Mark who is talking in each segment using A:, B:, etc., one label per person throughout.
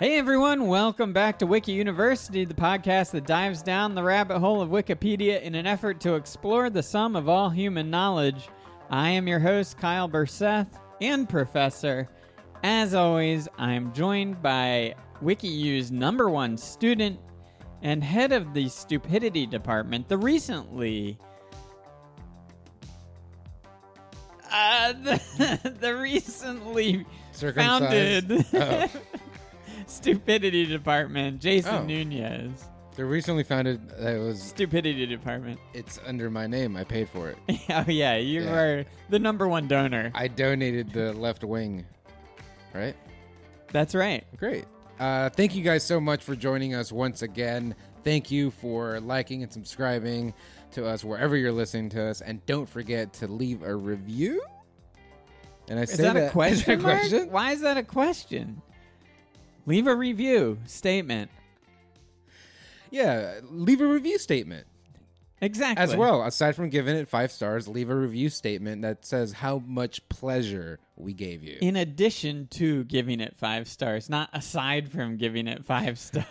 A: Hey everyone, welcome back to Wiki University, the podcast that dives down the rabbit hole of Wikipedia in an effort to explore the sum of all human knowledge. I am your host, Kyle Burseth, and professor. As always, I'm joined by WikiU's number one student and head of the stupidity department, the recently. Uh, the, the recently
B: Circumcised.
A: founded
B: Oh.
A: stupidity department jason
B: Oh.
A: nunez
B: The recently founded it was
A: stupidity department
B: it's under my name. I paid for it.
A: oh yeah you
B: Yeah.
A: are the number one donor
B: I donated the left wing. Right?
A: that's right
B: Great. Uh, thank you guys so much for joining us once again. Thank you for liking and subscribing to us wherever you're listening to us. And don't forget to leave a review. And I
A: is
B: say
A: that, a
B: is
A: question,
B: that a
A: mark?
B: question?
A: why is that a question leave a review statement
B: Yeah, leave a review statement.
A: exactly
B: As well, aside from giving it five stars, leave a review statement that says how much pleasure we gave you.
A: in addition to giving it five stars not aside from giving it five stars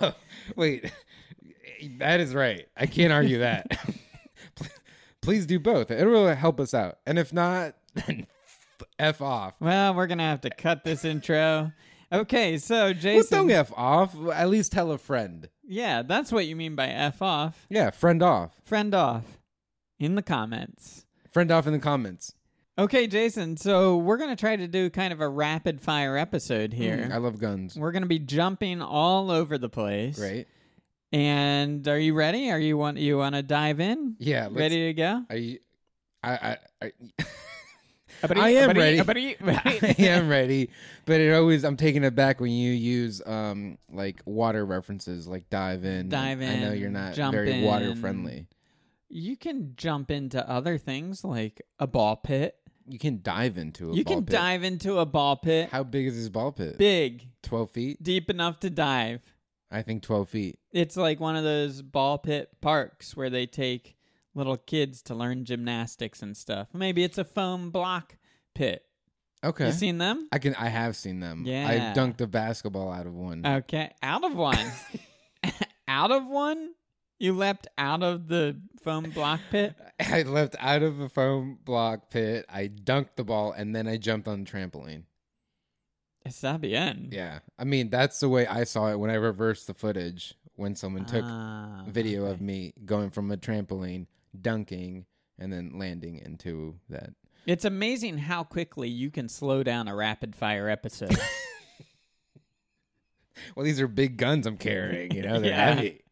B: Oh, wait, that is right. I can't argue that. Please do both. It will help us out. And if not, then f off.
A: well we're gonna have to cut this intro okay so
B: Well,
A: jason
B: don't f off. At least tell a friend.
A: yeah that's what you mean by f off
B: Yeah, friend off.
A: friend off in the comments.
B: Friend off in the comments.
A: Okay, Jason, so we're going to try to do kind of a rapid fire episode here.
B: I love guns.
A: We're going to be jumping all over the place.
B: Great.
A: And are you ready? Are you want you want to dive in?
B: Yeah. Let's,
A: ready to go?
B: Are you? I I, I, I am ready. I am ready, but it always I'm taken aback when you use um like water references like dive in.
A: Dive
B: I know
A: in,
B: you're not
A: jump
B: very
A: in.
B: water friendly.
A: You can jump into other things like a ball pit.
B: You can dive into a
A: you
B: ball
A: can
B: pit.
A: dive into a ball pit.
B: How big is this ball pit?
A: Big,
B: 12 feet?
A: deep enough to dive.
B: I think 12 feet.
A: It's like one of those ball pit parks where they take little kids to learn gymnastics and stuff. Maybe it's a foam block pit.
B: Okay.
A: You seen them?
B: I can I have seen them.
A: Yeah. Uh,
B: I dunked a basketball out of one.
A: Okay, out of one. out of one? You leapt out of the foam block pit?
B: I left out of a foam block pit. I dunked the ball and then I jumped on the trampoline.
A: Está bien.
B: Yeah. I mean, that's the way I saw it when I reversed the footage when someone took
A: Ah,
B: video
A: okay.
B: of me going from a trampoline, dunking, and then landing into that.
A: It's amazing how quickly you can slow down a rapid fire episode.
B: Well, these are big guns I'm carrying, you know, they're
A: Yeah.
B: heavy.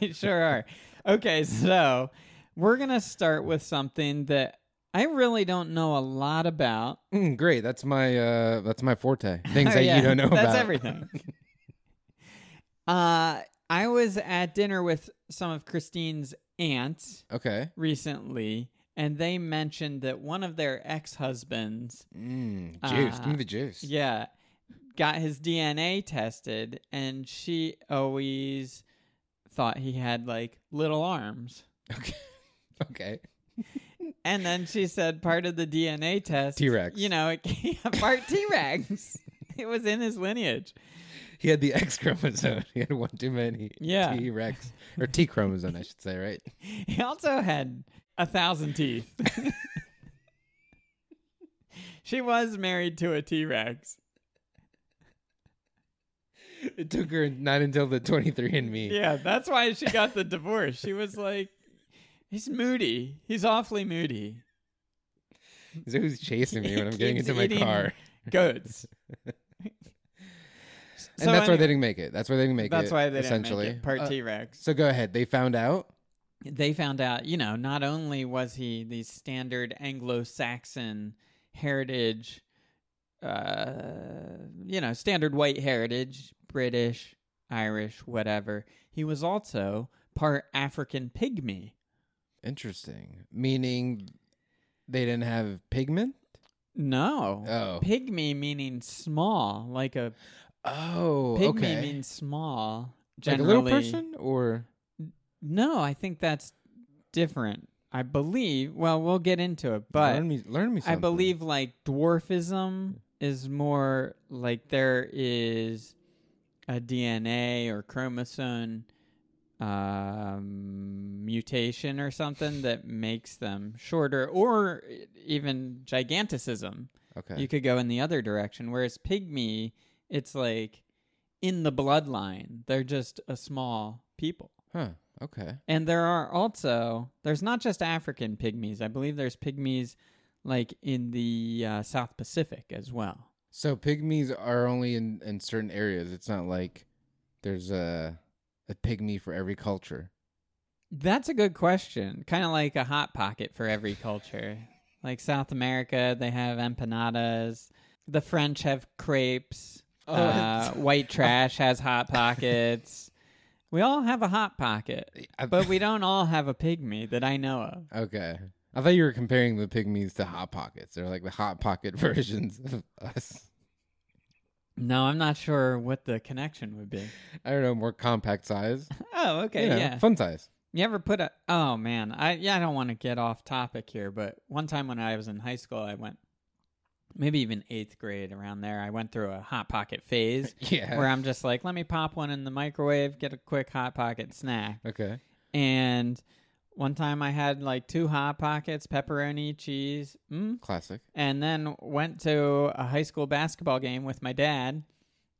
A: they sure are. Okay, so we're going to start with something that I really don't know a lot about.
B: Mm, great. That's my uh that's my forte. Things
A: Oh,
B: that
A: yeah,
B: you don't know
A: that's
B: about.
A: everything. uh, I was at dinner with some of Christine's aunts
B: Okay.
A: recently, and they mentioned that one of their ex husbands,
B: Mm, juice. Give
A: Uh,
B: me the juice.
A: yeah, got his DNA tested, and she always thought he had like little arms.
B: Okay. okay.
A: And then she said part of the DNA test.
B: T-Rex.
A: You know, it came part T Rex. it was in his lineage.
B: He had the X chromosome. He had one too many.
A: Yeah.
B: T Rex or T chromosome, I should say, right?
A: He also had a thousand teeth. she was married to a T Rex.
B: It took her not until the twenty three and me.
A: Yeah, that's why she got the divorce. She was like, he's moody. He's awfully moody.
B: So who's chasing me when I'm getting
A: Keeps
B: into my
A: eating
B: car?
A: Goats.
B: And that's why they didn't make it. That's why they didn't make it.
A: That's why they didn't
B: essentially.
A: make it. Part
B: Uh,
A: T Rex.
B: So go ahead. They found out.
A: they found out, you know, not only was he the standard Anglo-Saxon heritage, uh, you know, standard white heritage, British, Irish, whatever. He was also part African pygmy.
B: Interesting. Meaning they didn't have pigment?
A: No,
B: Oh.
A: pygmy meaning small, like a
B: Oh,
A: pygmy
B: okay.
A: means small.
B: like a
A: Generally,
B: little person or
A: No, I think that's different. I believe. Well, we'll get into it, but
B: learn me learn me
A: I
B: something.
A: believe like dwarfism is more like there is a DNA or chromosome um, mutation or something that makes them shorter, or even giganticism.
B: Okay.
A: You could go in the other direction. Whereas pygmy, it's like in the bloodline, they're just a small people.
B: huh. Okay.
A: And there are also there's not just African pygmies. I believe there's pygmies like in the uh, South Pacific as well.
B: So pygmies are only in, in certain areas. It's not like there's a a pygmy for every culture.
A: That's a good question. Kind of like a hot pocket for every culture. Like South America, they have empanadas. The French have crepes. uh, white trash has hot pockets. We all have a hot pocket,
B: I-
A: but we don't all have a pygmy that I know of.
B: okay. I thought you were comparing the pygmies to hot pockets. They're like the hot pocket versions of us.
A: No, I'm not sure what the connection would be.
B: I don't know, more compact size.
A: Oh, okay,
B: You know,
A: yeah.
B: Fun size.
A: You ever put a? Oh man, I yeah, I don't want to get off topic here, but one time when I was in high school, I went maybe even eighth grade around there. I went through a hot pocket phase
B: Yeah.
A: where I'm just like, let me pop one in the microwave, get a quick hot pocket snack.
B: okay.
A: And one time I had like two hot pockets, pepperoni, cheese, mm,
B: Classic.
A: and then went to a high school basketball game with my dad.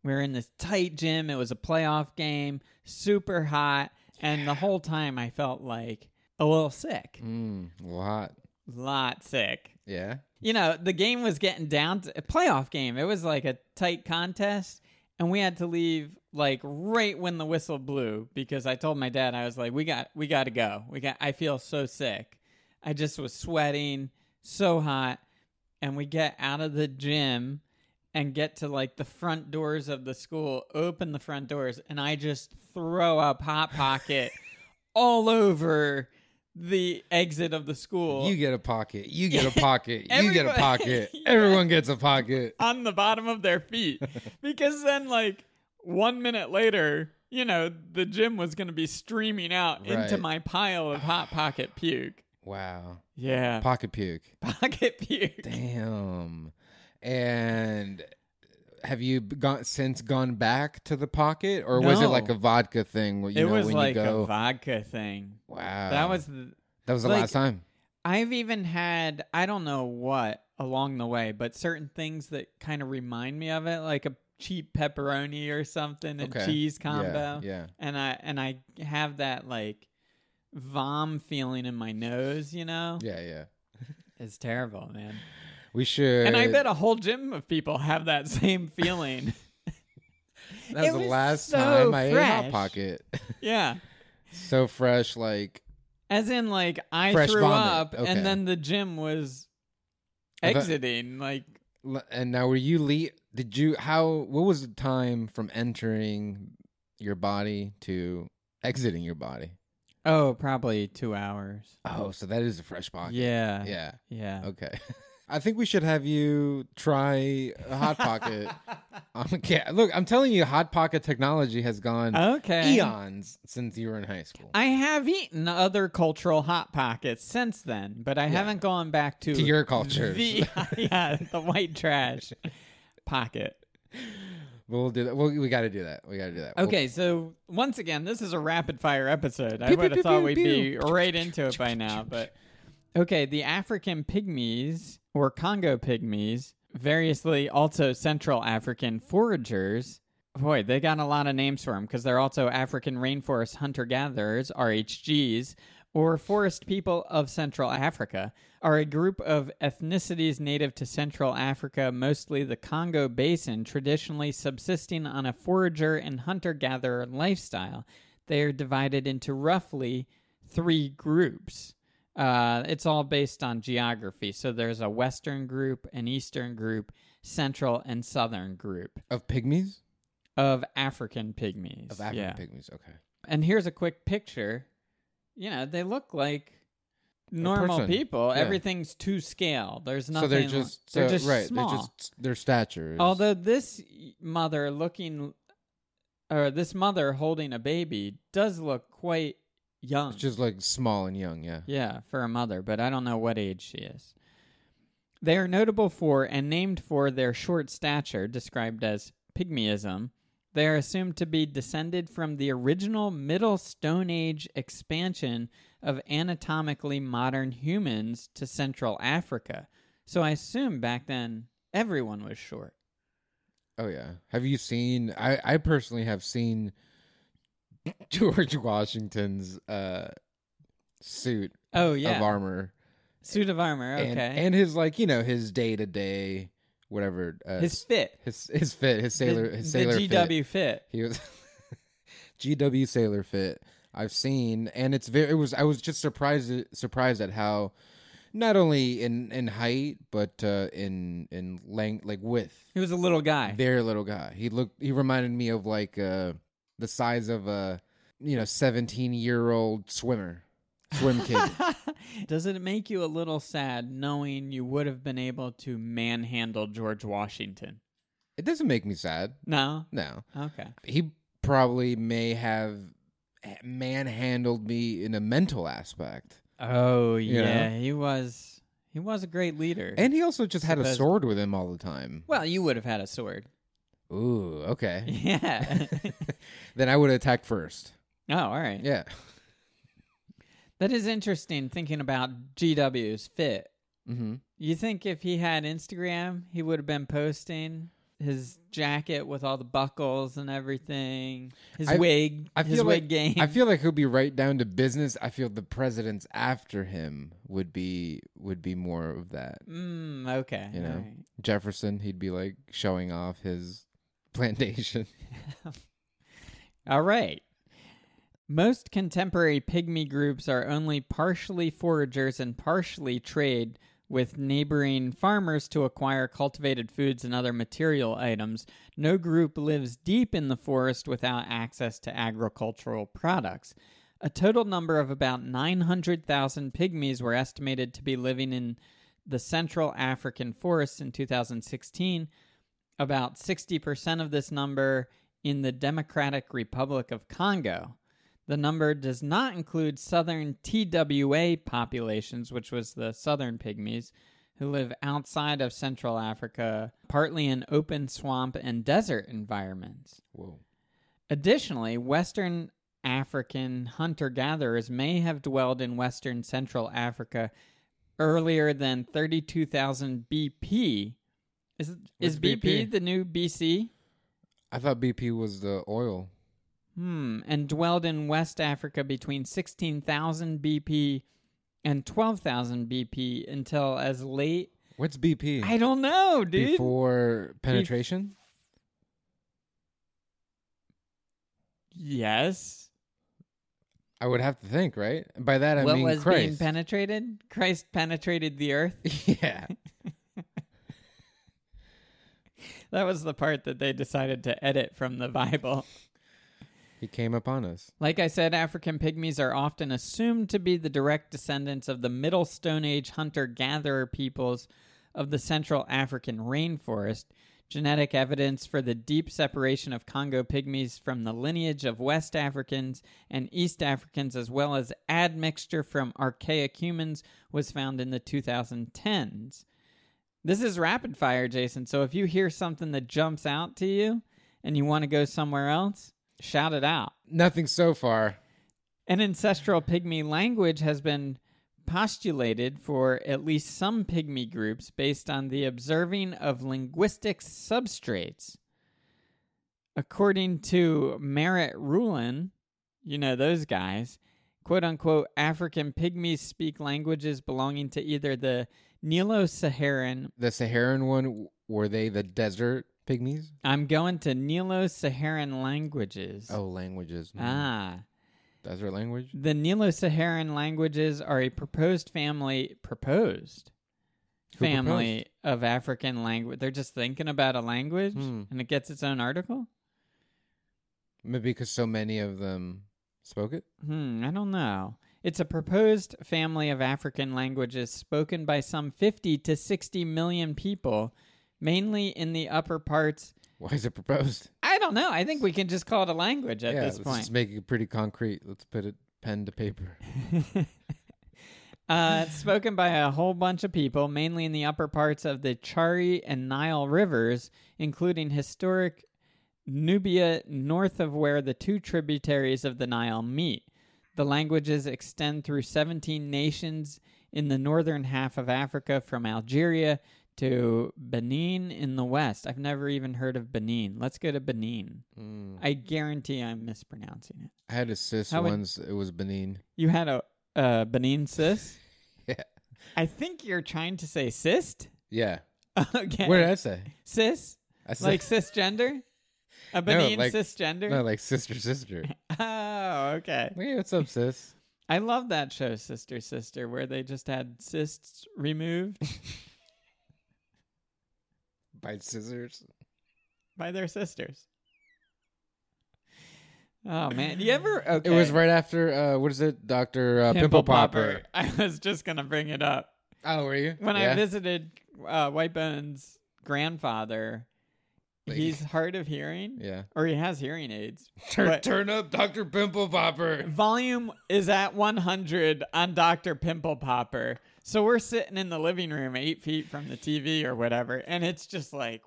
A: We were in this tight gym. It was a playoff game, super hot, and the whole time I felt like a little sick,
B: Mm, lot.
A: lot sick.
B: Yeah.
A: You know, the game was getting down to a playoff game. It was like a tight contest, and we had to leave like right when the whistle blew because I told my dad I was like, "We got, we got to go. We got. I feel so sick. I just was sweating, so hot." and we get out of the gym and get to like the front doors of the school, open the front doors, and I just throw up Hot Pocket all over the exit of the school
B: You get a pocket. You get a pocket. you get a
A: Everybody-
B: pocket.
A: Yeah.
B: Everyone gets a pocket.
A: on the bottom of their feet. because then, like, one minute later, you know, the gym was going to be streaming out into
B: Right.
A: my pile of Hot Pocket puke.
B: Wow.
A: Yeah.
B: Pocket puke.
A: pocket puke.
B: Damn. And have you b- gone since gone back to the pocket, or was it
A: No.
B: like a vodka thing? where, You
A: It
B: know,
A: was
B: when
A: like
B: you go, Uh.
A: a vodka thing.
B: wow,
A: That was the,
B: that was the
A: like-
B: last time.
A: I've even had I don't know what along the way, but certain things that kind of remind me of it, like a cheap pepperoni or something, a
B: Okay.
A: cheese
B: Yeah,
A: combo,
B: Yeah,
A: and I and I have that like vom feeling in my nose. You know,
B: yeah, yeah.
A: it's terrible, man.
B: We should.
A: And I bet a whole gym of people have that same feeling.
B: that was
A: it
B: the
A: was
B: last
A: so
B: time I ate
A: fresh.
B: hot pocket.
A: yeah.
B: so fresh, like
A: As in, like I
B: Fresh
A: threw
B: vomit.
A: up,
B: Okay.
A: and then the gym was
B: I thought-
A: exiting. Like
B: L- And now, were you le Did you how? What was the time from entering your body to exiting your body?
A: oh, probably two hours.
B: Oh, so that is a fresh pocket.
A: Yeah.
B: yeah.
A: Yeah.
B: Okay. I think we should have you try a hot pocket. um, yeah, look, I'm telling you, hot pocket technology has gone
A: okay.
B: eons since you were in high school.
A: I have eaten other cultural hot pockets since then, but I haven't gone back to,
B: to your culture,
A: The, yeah, the white trash pocket.
B: we'll do that. We'll, we got to do that. We got to do that. We'll-
A: Okay, so once again, this is a rapid fire episode. I
B: Pew,
A: would
B: pew,
A: have thought
B: pew,
A: we'd be
B: pew.
A: right into it by now, but okay, the African pygmies or Congo pygmies, variously also Central African foragers. Boy, they got a lot of names for them because they're also African rainforest hunter gatherers, RHGs, or forest people of Central Africa, are a group of ethnicities native to Central Africa, mostly the Congo basin, traditionally subsisting on a forager and hunter gatherer lifestyle. They are divided into roughly three groups. Uh, it's all based on geography. So there's a Western group, an Eastern group, Central and Southern group
B: Of pygmies?
A: of African pygmies.
B: Of African
A: yeah.
B: pygmies. Okay.
A: And here's a quick picture. You know, they look like normal
B: person.
A: people.
B: Yeah.
A: Everything's to scale. There's nothing.
B: so they're just,
A: they're
B: so-
A: just
B: right.
A: small.
B: They're just their stature. is-
A: Although this mother looking, or this mother holding a baby does look quite young.
B: it's just like small and young. Yeah.
A: Yeah, for a mother, but I don't know what age she is. They are notable for and named for their short stature, described as pygmyism. They are assumed to be descended from the original Middle Stone Age expansion of anatomically modern humans to Central Africa. So I assume back then everyone was short.
B: Oh yeah. Have you seen? I I personally have seen George Washington's uh suit
A: Oh yeah,
B: of armor
A: suit of armor. Okay,
B: and and his like you know his day to day whatever uh,
A: his fit,
B: his his fit his sailor
A: the,
B: his sailor
A: the
B: fit.
A: GW fit.
B: He was GW Sailor Fit. I've seen, and it's very. It was. I was just surprised surprised at how, not only in in height but uh, in in length, like width.
A: He was a little guy.
B: Very little guy. He looked. He reminded me of like uh, the size of a you know seventeen year old swimmer, swim kid.
A: Does it make you a little sad knowing you would have been able to manhandle George Washington?
B: it doesn't make me sad.
A: No.
B: No,
A: Okay.
B: he probably may have manhandled me in a mental aspect.
A: Oh
B: You
A: yeah, he was. He was a great leader.
B: And he also just had a
A: Supposed-
B: sword with him all the time.
A: well, you would have had a sword.
B: Ooh, okay.
A: Yeah.
B: then I would attack first.
A: oh, all right.
B: Yeah.
A: That is interesting. Thinking about GW's fit.
B: Mm-hmm.
A: You think if he had Instagram, he would have been posting his jacket with all the buckles and everything, his
B: I-
A: wig,
B: I
A: his
B: feel
A: wig
B: like-
A: game.
B: I feel like he'll be right down to business. I feel the presidents after him would be would be more of that.
A: mm, okay.
B: You know.
A: all right.
B: Jefferson, he'd be like showing off his plantation.
A: All right. Most contemporary pygmy groups are only partially foragers and partially trade with neighboring farmers to acquire cultivated foods and other material items. No group lives deep in the forest without access to agricultural products. A total number of about 900,000 pygmies were estimated to be living in the Central African forests in 2016, about 60% of this number in the Democratic Republic of Congo. The number does not include southern TWA populations, which was the southern pygmies, who live outside of Central Africa, partly in open swamp and desert environments.
B: Whoa.
A: Additionally, Western African hunter gatherers may have dwelled in Western Central Africa earlier than 32,000 BP. Is, is
B: What's BP?
A: BP the new BC?
B: I thought BP was the oil.
A: Hmm, and dwelled in West Africa between 16,000 BP and 12,000 BP until as late.
B: What's BP?
A: I don't know, dude.
B: Before penetration?
A: Yes.
B: I would have to think, right? By that I
A: what
B: mean
A: was being
B: Christ.
A: penetrated? Christ penetrated the earth.
B: yeah.
A: That was the part that they decided to edit from the Bible.
B: He came upon us.
A: Like I said, African pygmies are often assumed to be the direct descendants of the Middle Stone Age hunter gatherer peoples of the Central African rainforest. Genetic evidence for the deep separation of Congo pygmies from the lineage of West Africans and East Africans, as well as admixture from archaic humans, was found in the 2010s. This is rapid fire, Jason. So if you hear something that jumps out to you and you want to go somewhere else, shout it out.
B: Nothing so far.
A: An ancestral pygmy language has been postulated for at least some pygmy groups based on the observing of linguistic substrates. According to Merritt Rulin, you know those guys, quote unquote, African pygmies speak languages belonging to either the Nilo Saharan,
B: The Saharan one w- were they the desert pygmies?
A: I'm going to Nilo Saharan languages.
B: Oh, languages. Mm.
A: Ah.
B: Desert language?
A: The Nilo Saharan languages are a proposed family, proposed
B: Who
A: family of African language. They're just thinking about a language
B: Hmm.
A: and it gets its own article?
B: Maybe because so many of them spoke it?
A: Hmm, I don't know. It's a proposed family of African languages spoken by some 50 to 60 million people, mainly in the upper parts.
B: Why is it proposed?
A: I don't know. I think we can just call it a language at
B: yeah,
A: this
B: let's
A: point.
B: just make it pretty concrete. Let's put it pen to paper.
A: Uh, it's spoken by a whole bunch of people, mainly in the upper parts of the Chari and Nile rivers, including historic Nubia north of where the two tributaries of the Nile meet. The languages extend through 17 nations in the northern half of Africa from Algeria to Benin in the west. I've never even heard of Benin. Let's go to Benin. I guarantee I'm mispronouncing it.
B: I had a sis
A: How would-
B: once. It was Benin.
A: You had a uh, Benin cyst?
B: Yeah.
A: I think you're trying to say cyst.
B: Yeah.
A: okay.
B: What did I say?
A: Cis?
B: I said
A: Like cisgender? A Benin
B: like-
A: cisgender?
B: no, like sister, sister.
A: Oh, okay.
B: Hey, what's up, sis?
A: I love that show, Sister Sister, where they just had cysts removed
B: By scissors.
A: by their sisters. Oh man, you ever? Okay,
B: It was right after. Uh, what is it, Doctor uh, Pimple, Popper.
A: I was just gonna bring it up.
B: Oh, were you
A: when I
B: Yeah.
A: visited uh, White Bone's grandfather,
B: Like-
A: he's hard of hearing,
B: Yeah.
A: or he has hearing aids.
B: Turn,
A: But-
B: turn up, Doctor Pimple Popper.
A: Volume is at 100 on Dr. Pimple Popper. So we're sitting in the living room, eight feet from the TV or whatever, and it's just like,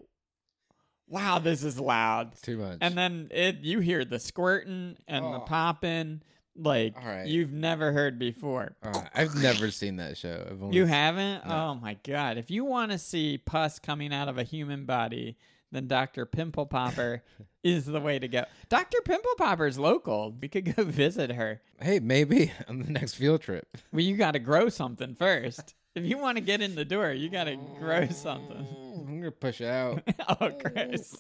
A: wow, this is loud.
B: Too much.
A: And then it, you hear the squirting and the
B: Oh.
A: popping like
B: All right.
A: you've never heard before.
B: Uh, I've never seen that show. I've only
A: You
B: s-
A: haven't?
B: No.
A: Oh my god. If you want to see pus coming out of a human body, then Dr. Pimple Popper is the way to go. Dr. Pimple Popper's local. We could go visit her.
B: Hey, maybe on the next field trip.
A: Well, you got to grow something first. If you want to get in the door, you got to grow something.
B: Mm, I'm gonna push out.
A: oh, gross.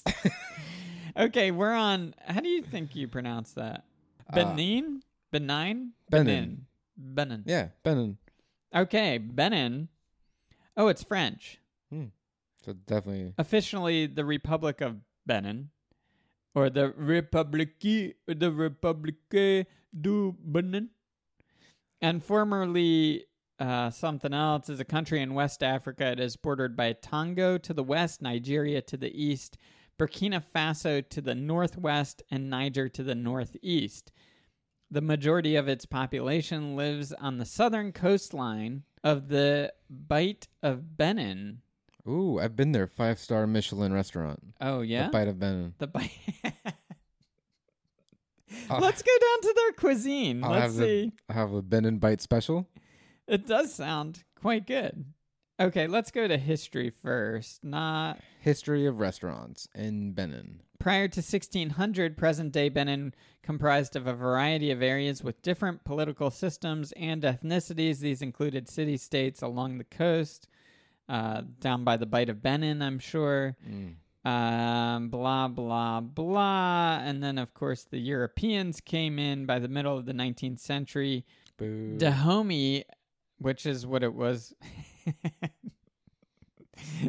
A: okay, we're on. How do you think you pronounce that? Benin? Benign?
B: Benin.
A: Benin.
B: yeah, Benin.
A: Okay, Benin. Oh, it's French.
B: So definitely.
A: Officially, the Republic of Benin, or the République, the République du Benin, and formerly uh, something else, is a country in West Africa. It is bordered by Togo to the west, Nigeria to the east, Burkina Faso to the northwest, and Niger to the northeast. The majority of its population lives on the southern coastline of the Bight of Benin.
B: Ooh, I've been there. Five star Michelin restaurant.
A: Oh, yeah?
B: The bite of Benin.
A: The bite.
B: I'll-
A: Let's go down to their cuisine.
B: I'll
A: Let's
B: have
A: see.
B: The, I'll have a Benin bite special.
A: It does sound quite good. Okay, let's go to history first. Not
B: History of restaurants in Benin.
A: prior to 1600, present day Benin comprised of a variety of areas with different political systems and ethnicities. These included city states along the coast, uh, down by the Bight of Benin, I'm sure.
B: Mm.
A: um, blah blah blah, and then of course the Europeans came in by the middle of the 19th century.
B: Boo.
A: Dahomey, which is what it was.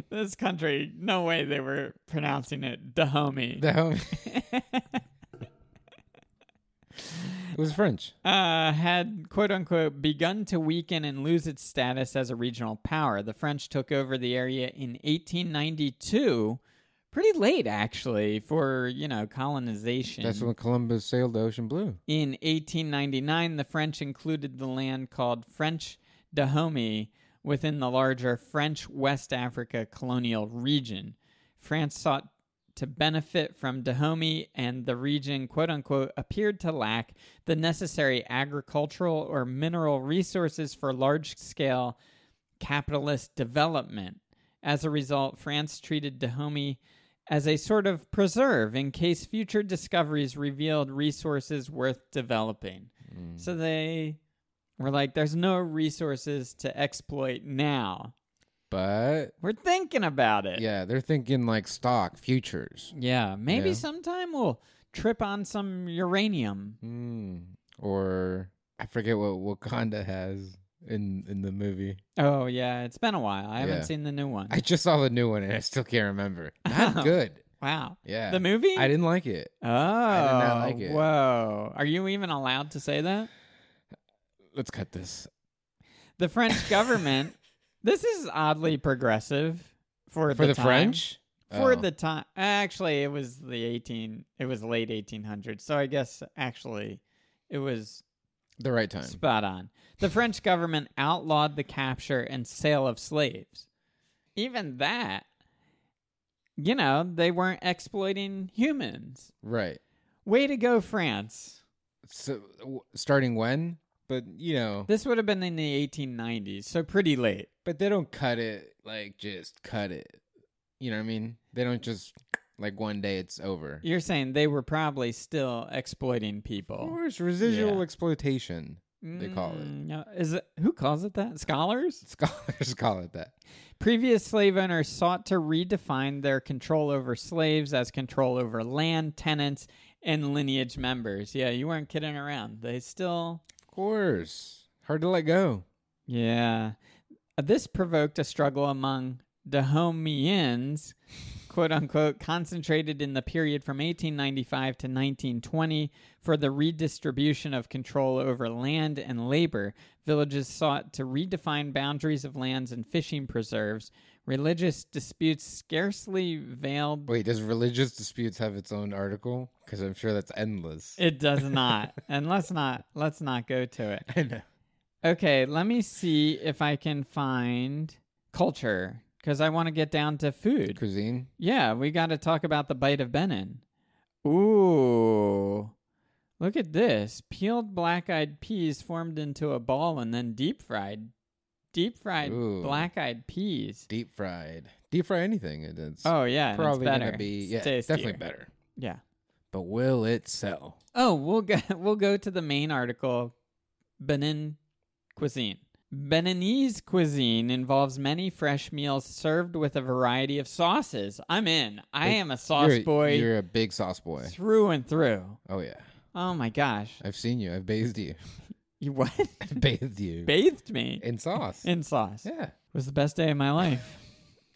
A: this country, no way they were pronouncing it Dahomey.
B: Dahomey. it was French.
A: uh, had quote unquote begun to weaken and lose its status as a regional power. The French took over the area in 1892, pretty late actually for you know colonization.
B: That's when Columbus sailed the ocean blue.
A: In 1899, the French included the land called French Dahomey within the larger French West Africa colonial region. France sought to benefit from Dahomey, and the region, quote unquote, appeared to lack the necessary agricultural or mineral resources for large scale capitalist development. As a result, France treated Dahomey as a sort of preserve in case future discoveries revealed resources worth developing.
B: Mm.
A: So they were like, there's no resources to exploit now.
B: But
A: We're thinking about it.
B: yeah, they're thinking like stock futures.
A: Yeah, maybe
B: Yeah.
A: sometime we'll trip on some uranium.
B: Mm. Or I forget what Wakanda has in in the movie.
A: Oh, yeah, it's been a while. I haven't
B: Yeah.
A: seen the new one.
B: I just saw the new one and I still can't remember.
A: Oh.
B: Not good.
A: wow.
B: Yeah.
A: The movie?
B: I didn't like it.
A: Oh,
B: did not like it.
A: whoa. Are you even allowed to say that?
B: Let's cut this.
A: The French government, this is oddly progressive for,
B: For the,
A: time.
B: French?
A: for
B: Oh.
A: the time actually it was the 18 it was late 1800s so i guess actually it was
B: The right time.
A: Spot on. The French government outlawed the capture and sale of slaves. Even that, you know, they weren't exploiting humans.
B: Right.
A: Way to go, France.
B: So w- starting when? But you know,
A: This would have been in the 1890s, so pretty late.
B: but they don't cut it like just cut it. You know what I mean? They don't just like one day it's over.
A: You're saying they were probably still exploiting
B: Of
A: people.
B: course, residual
A: Yeah.
B: exploitation. They call it.
A: Mm, no, Is it who calls it that? Scholars?
B: Scholars call it that.
A: Previous slave owners sought to redefine their control over slaves as control over land, tenants, and lineage members. Yeah, you weren't kidding around. They still.
B: Of course, hard to let go.
A: Yeah. Uh, This provoked a struggle among Dahomians, quote unquote, concentrated in the period from 1895 to 1920 for the redistribution of control over land and labor. Villages sought to redefine boundaries of lands and fishing preserves. Religious disputes scarcely veiled.
B: Wait, does religious disputes have its own article? Because I'm sure that's endless.
A: It does not, and let's not let's not go to it.
B: I know.
A: Okay, let me see if I can find culture because I want to get down to food.
B: Cuisine.
A: Yeah, we got to talk about the bite of Benin. Ooh. Look at this. Peeled black eyed peas formed into a ball and then deep fried. Deep fried
B: Ooh.
A: black eyed peas.
B: deep fried. Deep fry anything. It is
A: Oh, yeah. and
B: probably
A: it's better.
B: gonna be
A: It's
B: yeah, it's definitely
A: tastier.
B: better.
A: Yeah.
B: But will it sell?
A: Oh, we'll go we'll go to the main article, Benin cuisine. Beninese cuisine involves many fresh meals served with a variety of sauces. I'm in. I
B: Like,
A: am a sauce
B: you're,
A: boy
B: You're a big sauce boy.
A: through and through.
B: Oh yeah,
A: Oh my gosh.
B: I've seen you. I've bathed you.
A: You what?
B: bathed you
A: Bathed me
B: in sauce.
A: in sauce. It
B: yeah.
A: was the best day of my life.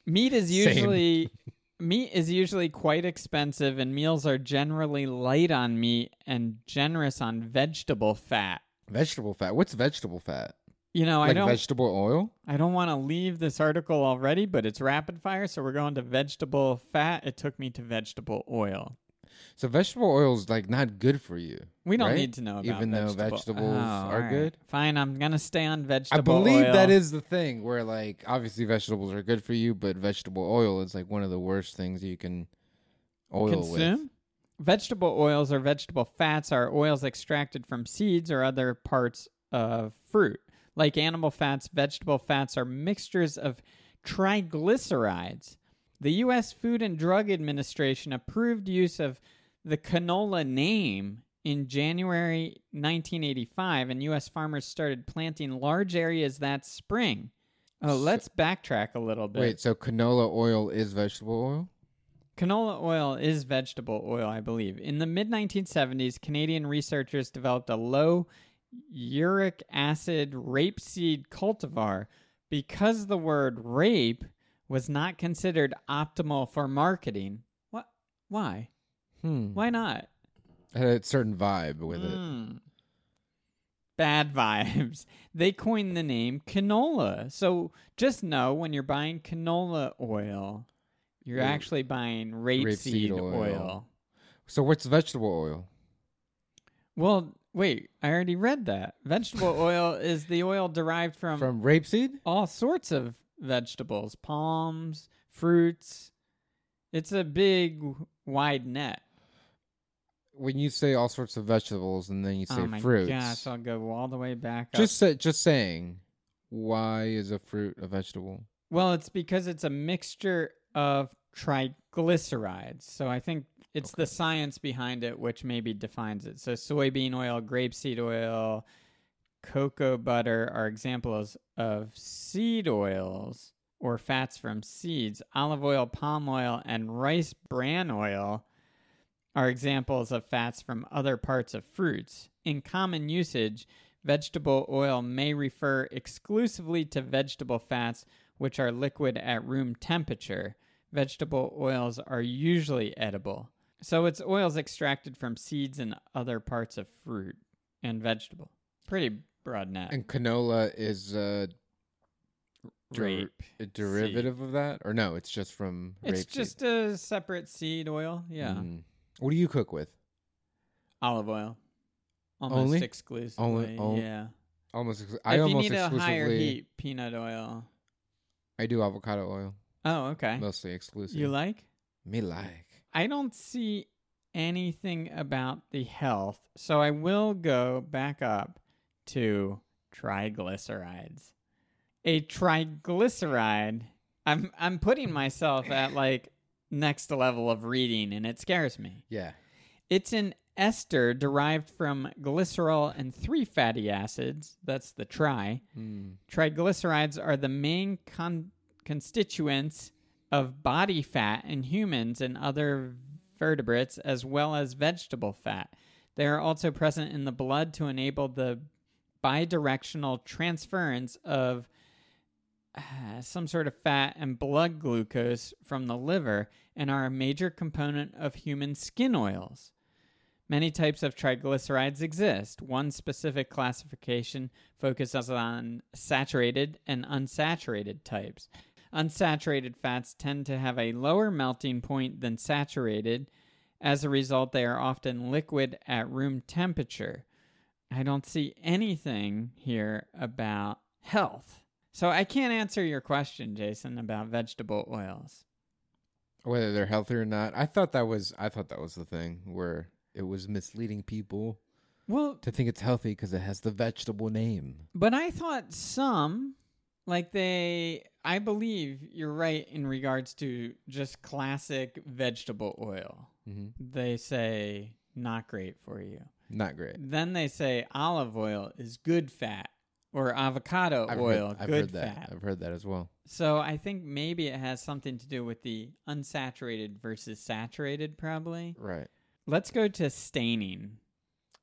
A: Meat is
B: Same.
A: usually meat is usually quite expensive and meals are generally light on meat and generous on vegetable fat.
B: Vegetable fat. What's vegetable fat?
A: You know, I
B: like
A: don't
B: vegetable oil?
A: I don't want to leave this article already, but it's rapid fire, so we're going to vegetable fat. It took me to vegetable oil.
B: So vegetable oil is like not good for you.
A: We don't
B: right?
A: need to know about
B: Even though
A: vegetable-
B: vegetables
A: Oh,
B: are
A: alright.
B: good?
A: Fine, I'm gonna stay on
B: I
A: vegetable.
B: believe
A: oil.
B: that is the thing where like obviously vegetables are good for you, but vegetable oil is like one of the worst things you can oil
A: consume.
B: with.
A: Vegetable oils or vegetable fats are oils extracted from seeds or other parts of fruit. Like animal fats, vegetable fats are mixtures of triglycerides. The U.S. Food and Drug Administration approved use of the canola name in January 1985, and U.S. farmers started planting large areas that spring. Oh, let's backtrack a little bit.
B: Wait, so canola oil is vegetable oil?
A: Canola oil is vegetable oil, I believe. In the mid 1970s, Canadian researchers developed a low uric acid rapeseed cultivar because the word rape was not considered optimal for marketing. What? Why?
B: Hmm.
A: Why not?
B: It had a certain vibe with it.
A: Mm. Bad vibes. They coined the name canola. So just know when you're buying canola oil, you're
B: Ooh.
A: actually buying rapeseed,
B: Rapeseed oil.
A: oil.
B: So what's vegetable oil?
A: Well, wait, I already read that. Vegetable oil is the oil derived from,
B: From rapeseed?
A: all sorts of vegetables, palms, fruits. It's a big, wide net.
B: When you say all sorts of vegetables and then you say
A: oh my
B: fruits.
A: gosh, I'll go all the way back up.
B: just say, just saying, why is a fruit a vegetable?
A: well, it's because it's a mixture of triglycerides. So I think it's the science behind it which maybe defines it. So soybean oil, grapeseed oil, cocoa butter are examples of seed oils or fats from seeds. Olive oil, palm oil, and rice bran oil are examples of fats from other parts of fruits. In common usage, vegetable oil may refer exclusively to vegetable fats, which are liquid at room temperature. Vegetable oils are usually edible. So it's oils extracted from seeds and other parts of fruit and vegetable. Pretty broad net.
B: And canola is a, der-
A: Rape
B: a derivative of that, or no? It's just from Hmm.
A: It's
B: rapeseed.
A: just a separate seed oil. Yeah.
B: Mm. What do you cook with?
A: Olive oil. almost
B: Only?
A: exclusively.
B: only-
A: yeah.
B: Almost, ex-
A: if
B: I almost
A: you need a higher
B: exclusively.
A: heat, peanut oil.
B: I do avocado oil,
A: Oh, okay.
B: mostly exclusive.
A: You like?
B: Me like.
A: I don't see anything about the health, so I will go back up to triglycerides. A triglyceride. I'm I'm putting myself at like next level of reading and it scares me.
B: Yeah.
A: It's an ester derived from glycerol and three fatty acids. That's the tri.
B: Mm.
A: Triglycerides are the main con- constituents of body fat in humans and other vertebrates, as well as vegetable fat. They are also present in the blood to enable the bidirectional transference of uh, some sort of fat and blood glucose from the liver and are a major component of human skin oils. Many types of triglycerides exist. One specific classification focuses on saturated and unsaturated types. Unsaturated fats tend to have a lower melting point than saturated. As a result, they are often liquid at room temperature. I don't see anything here about health. So I can't answer your question, Jason, about vegetable oils.
B: Whether they're healthy or not, I thought that was I thought that was the thing where it was misleading people
A: Well,
B: to think it's healthy because it has the vegetable name.
A: But I thought some, like they, I believe you're right in regards to just classic vegetable oil.
B: Mm-hmm.
A: They say not great for you.
B: Not great.
A: Then they say olive oil is good fat or avocado
B: I've
A: oil
B: heard, I've
A: good
B: heard that.
A: fat.
B: I've heard that as well.
A: So I think maybe it has something to do with the unsaturated versus saturated probably.
B: Right.
A: Let's go to staining.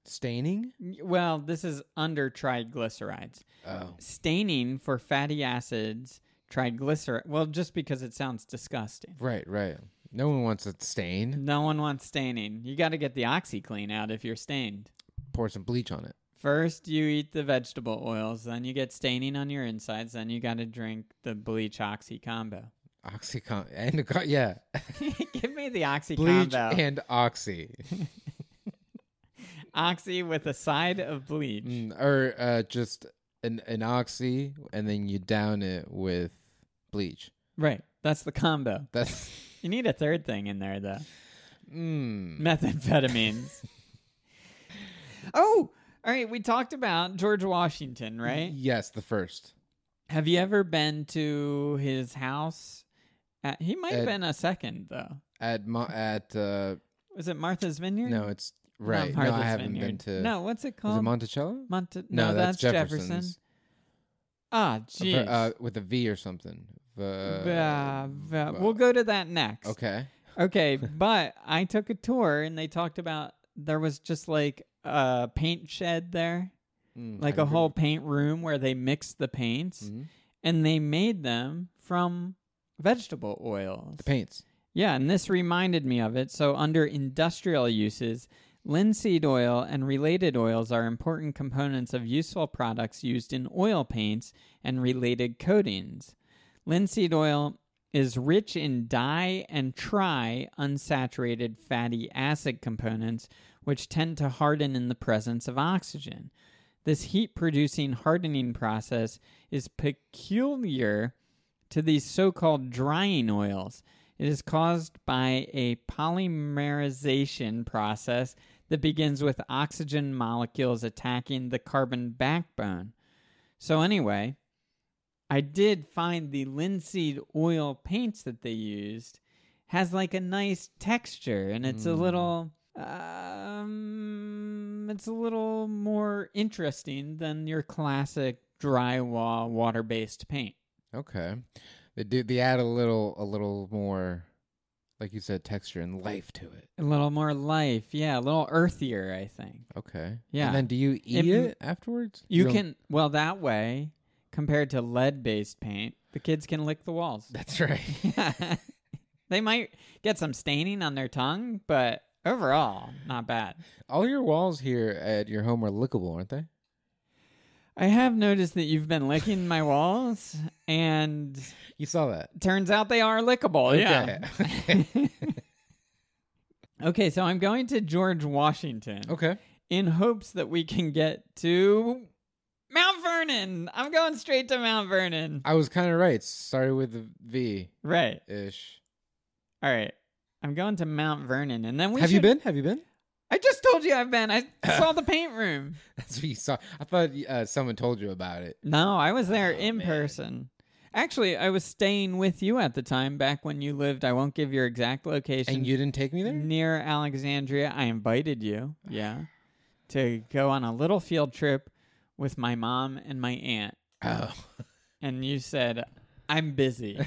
B: Staining.
A: Well, this is under triglycerides.
B: Oh.
A: staining for fatty acids, triglyceride. Well, just because it sounds disgusting.
B: Right. Right. No one wants a stain.
A: No one wants staining. You got to get the OxyClean out if you're stained.
B: Pour some bleach on it.
A: First, you eat the vegetable oils, then you get staining on your insides, then you got to drink the bleach oxy combo.
B: Oxycon and yeah,
A: Give me the oxy
B: bleach
A: combo.
B: and oxy,
A: oxy with a side of bleach.
B: Mm, or uh, just an an oxy, and then you down it with bleach.
A: Right. That's the combo.
B: That's
A: You need a third thing in there, though.
B: mm.
A: methamphetamines. oh, all right. We talked about George Washington, right?
B: Yes, the first.
A: Have you ever been to his house? Uh, he might have
B: Ed-
A: been a second, though.
B: at Mo- at uh
A: Was it Martha's Vineyard?
B: no it's
A: Not
B: right no i
A: Martha's
B: haven't been
A: Mm. Vineyard.
B: to
A: No, what's it
B: is it
A: called?
B: monticello
A: Monte- no, that's, Jefferson.
B: Jefferson's.
A: Ah,
B: Uh,
A: jeez.
B: uh, with a v or something
A: Bah,
B: V-
A: bah. we'll go to that next.
B: uh, okay
A: Okay, but I took a tour and they talked about there was just like a paint shed there,
B: Mm,
A: like
B: I
A: a
B: agree.
A: whole paint room where they mixed the paints.
B: Mhm.
A: and they made them from vegetable oils.
B: the paints
A: Yeah, and this reminded me of it. So, under industrial uses, linseed oil and related oils are important components of useful products used in oil paints and related coatings. Linseed oil is rich in di and tri unsaturated fatty acid components, which tend to harden in the presence of oxygen. This heat producing hardening process is peculiar to these so called drying oils. It is caused by a polymerization process that begins with oxygen molecules attacking the carbon backbone. So, anyway, I did find the linseed oil paints that they used has like a nice texture and it's a
B: Mm.
A: little. Um, it's a little more interesting than your classic drywall water-based paint.
B: okay they do they add a little a little more like you said texture and life to it
A: A little more life, yeah, a little earthier, I think.
B: okay
A: Yeah.
B: and then do you eat it,
A: m-
B: afterwards
A: You
B: don't-
A: can well that way, compared to lead based paint, the kids can lick the walls.
B: that's right
A: they might get some staining on their tongue, but overall, not bad.
B: all your walls here at your home are lickable aren't they
A: I have noticed that you've been licking my walls and
B: you saw that
A: turns out they are lickable.
B: okay
A: Yeah. okay, so I'm going to George Washington.
B: okay
A: in hopes that we can get to Mount Vernon. I'm going straight to Mount Vernon.
B: I was kind of right. Started with a V
A: Right.
B: ish.
A: All right. I'm going to Mount Vernon, and then we
B: Have you
A: should-
B: been? Have you been?
A: I just told you I've been. I saw the paint room.
B: That's what you saw. I thought uh, someone told you about it.
A: No, I was there in
B: Oh, man.
A: person. Actually, I was staying with you at the time back when you lived. I won't give your exact location.
B: And you didn't take me there?
A: near Alexandria. I invited you, yeah, to go on a little field trip with my mom and my aunt.
B: Oh.
A: And you said, "I'm busy.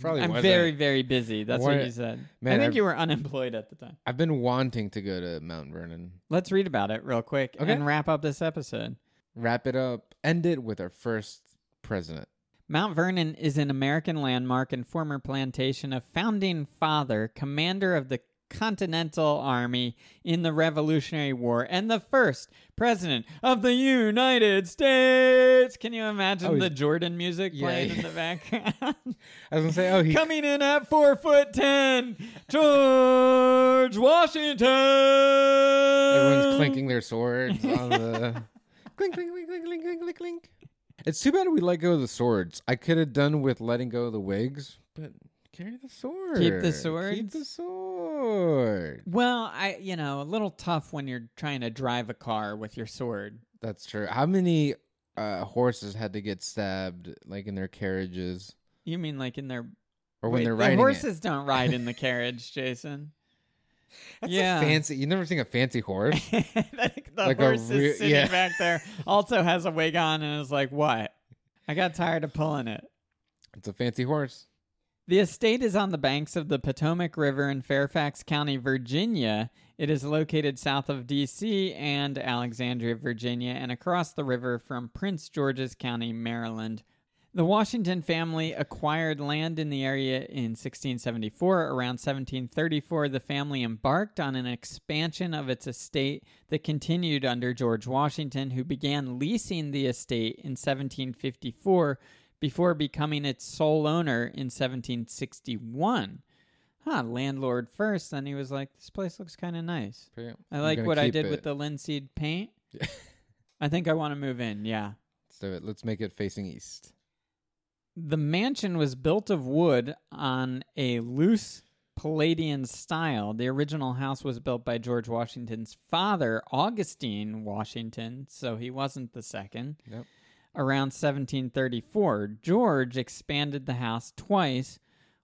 B: Probably
A: I'm
B: wasn't.
A: very, very busy." That's what,
B: What-
A: you said. I
B: Man,
A: think
B: I've-
A: you were unemployed at the time.
B: I've been wanting to go to Mount Vernon.
A: Let's read about it real quick
B: Okay.
A: and wrap up this episode.
B: Wrap it up. End it with our first president.
A: Mount Vernon is an American landmark and former plantation of founding father, commander of the Continental Army in the Revolutionary War, and the first president of the United States. Can you imagine
B: Oh, he's-
A: the Jordan music
B: Yeah,
A: playing in
B: yeah.
A: the background?
B: I was gonna say, oh, he
A: Coming in at four foot ten, George Washington. Uh,
B: Everyone's clinking their swords on the clink, clink, clink, clink, clink, clink, clink, clink. It's too bad we let go of the swords. I could have done with letting go of the wigs, but carry the sword. Keep the
A: swords?
B: sword.
A: Well, I you know a little tough when you're trying to drive a car with your sword.
B: That's true. How many uh, horses had to get stabbed, like in their carriages,
A: You mean like in their
B: or when
A: Wait,
B: they're
A: the
B: riding? it?
A: horses don't ride in the carriage, Jason.
B: That's
A: yeah.
B: a fancy. You never seen a fancy horse?
A: I think the
B: Like a
A: horse
B: real-
A: is sitting
B: yeah.
A: back there also has a wig on and is like, "What?" I got tired of pulling it.
B: it's a fancy horse.
A: The estate is on the banks of the Potomac River in Fairfax County, Virginia. It is located south of D.C. and Alexandria, Virginia, and across the river from Prince George's County, Maryland. The Washington family acquired land in the area in 1674. Around 1734, the family embarked on an expansion of its estate that continued under George Washington, who began leasing the estate in 1754 before becoming its sole owner in 1761. Huh, landlord first, then he was like, this place looks kind of nice.
B: Pretty-
A: I
B: I'm
A: like
B: gonna
A: what I
B: keep
A: did with
B: it.
A: the linseed paint. I think I want to move in, yeah.
B: So it- let's make it facing east.
A: The mansion was built of wood on a loose Palladian style. The original house was built by George Washington's father, Augustine Washington, so he wasn't the second.
B: Yep.
A: Around 1734, George expanded the house twice,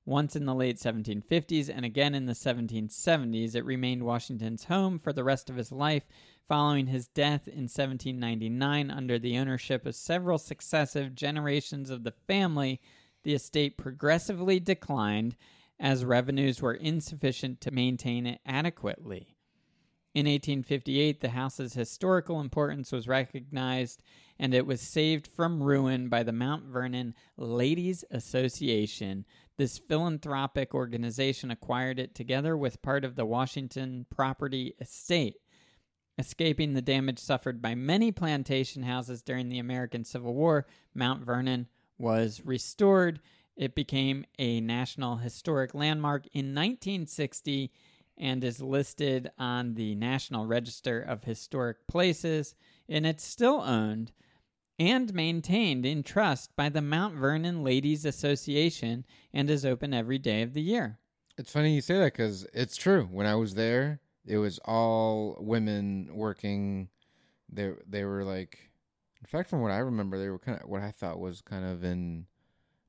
A: once in the late 1750s and again in the 1770s. It remained Washington's home for the rest of his life following his death in 1799 under the ownership of several successive generations of the family. The estate progressively declined as revenues were insufficient to maintain it adequately. In 1858, the house's historical importance was recognized and it was saved from ruin by the Mount Vernon Ladies Association. This philanthropic organization acquired it together with part of the Washington property estate escaping the damage suffered by many plantation houses during the American Civil War, Mount Vernon was restored. It became a National Historic Landmark in 1960 and is listed on the National Register of Historic Places, and it's still owned and maintained in trust by the Mount Vernon Ladies Association and is open every day of the year.
B: It's funny you say that because it's true. When I was there, it was all women working. They they were like, in fact, from what I remember, they were kind of what I thought was kind of in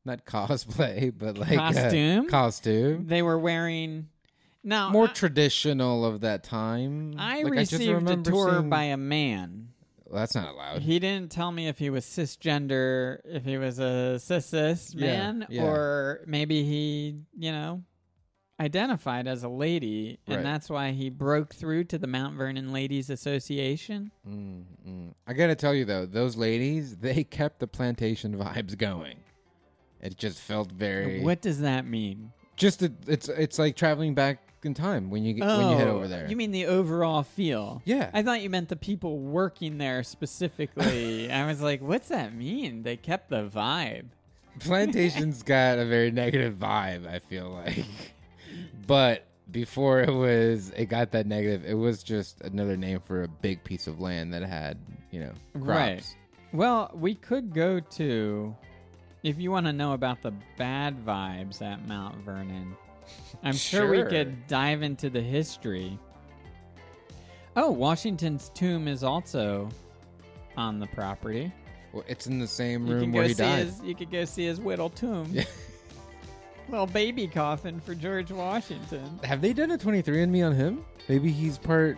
B: not cosplay, but like uh,
A: Costume?
B: costume,
A: They were wearing now
B: more
A: I-
B: traditional of that time.
A: I
B: Mm. Like, just
A: received a
B: remember
A: tour
B: seeing-
A: by a man.
B: Well, that's not allowed.
A: He didn't tell me if he was cisgender, if he was a cis cis
B: Yeah,
A: man,
B: yeah.
A: or maybe he, you know, identified as a lady, and
B: Right.
A: that's why he broke through to the Mount Vernon Ladies Association.
B: Mm, mm. I gotta tell you though, those ladies they kept the plantation vibes going. It just felt very
A: What does that mean?
B: Just it, it's it's like traveling back in time when you get, when you head over there.
A: Oh, you mean the overall feel?
B: Yeah.
A: I thought you meant the people working there specifically. I was like, what's that mean? They kept the vibe.
B: plantation's got a very negative vibe. I feel like, but before it was it got that negative it was just another name for a big piece of land that had you know crops
A: Right. Well, we could go to if you want to know about the bad vibes at Mount Vernon. I'm sure. we
B: Sure.
A: could dive into the history. Oh, Washington's tomb is also on the property.
B: well, it's in the same
A: You
B: room
A: can
B: where
A: go
B: he
A: see
B: died
A: his you could go see his whittle tomb.
B: Yeah.
A: Little baby coffin for George Washington.
B: have they done a 23andme on him maybe he's part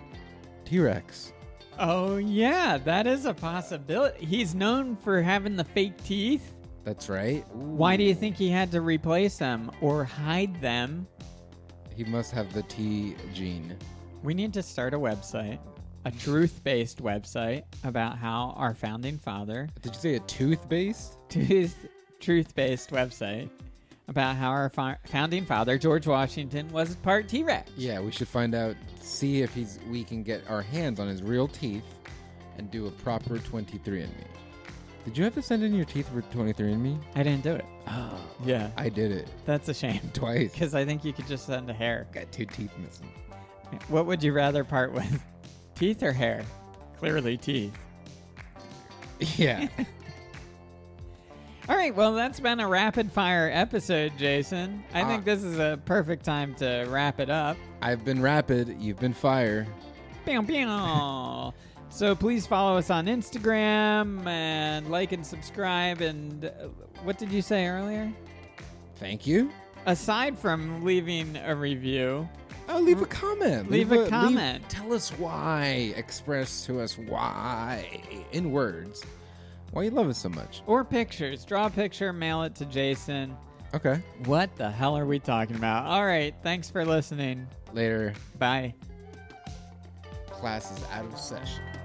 B: t-rex
A: Oh yeah, that is a possibility. He's known for having the fake teeth.
B: that's right
A: Why do you think he had to replace them or hide them?
B: he must have the t gene
A: We need to start a website, a truth based website about how our founding father,
B: did you say a tooth-based
A: truth based website about how our fa- founding father, George Washington, was part T Rex.
B: yeah we should find out see if he's we can get our hands on his real teeth and do a proper 23andme did you have to send in your teeth for 23andme
A: I didn't do it.
B: oh
A: Yeah.
B: i did it
A: That's a shame
B: twice
A: because I think you could just send a hair.
B: Got two teeth missing.
A: What would you rather part with? Teeth or hair? Clearly, teeth.
B: Yeah.
A: All right, well, that's been a rapid fire episode, Jason. I
B: Ah.
A: think this is a perfect time to wrap it up.
B: I've been rapid. You've been fire.
A: Pew, pew. so please follow us on Instagram and like and subscribe. And uh, what did you say earlier?
B: Thank you.
A: Aside from leaving a review,
B: Oh, leave a comment.
A: Leave a comment.
B: tell us why. Express to us why, in words, why you love us so much.
A: or pictures, draw a picture, mail it to Jason.
B: Okay.
A: What the hell are we talking about? All right, thanks for listening.
B: Later.
A: Bye.
B: Class is out of session.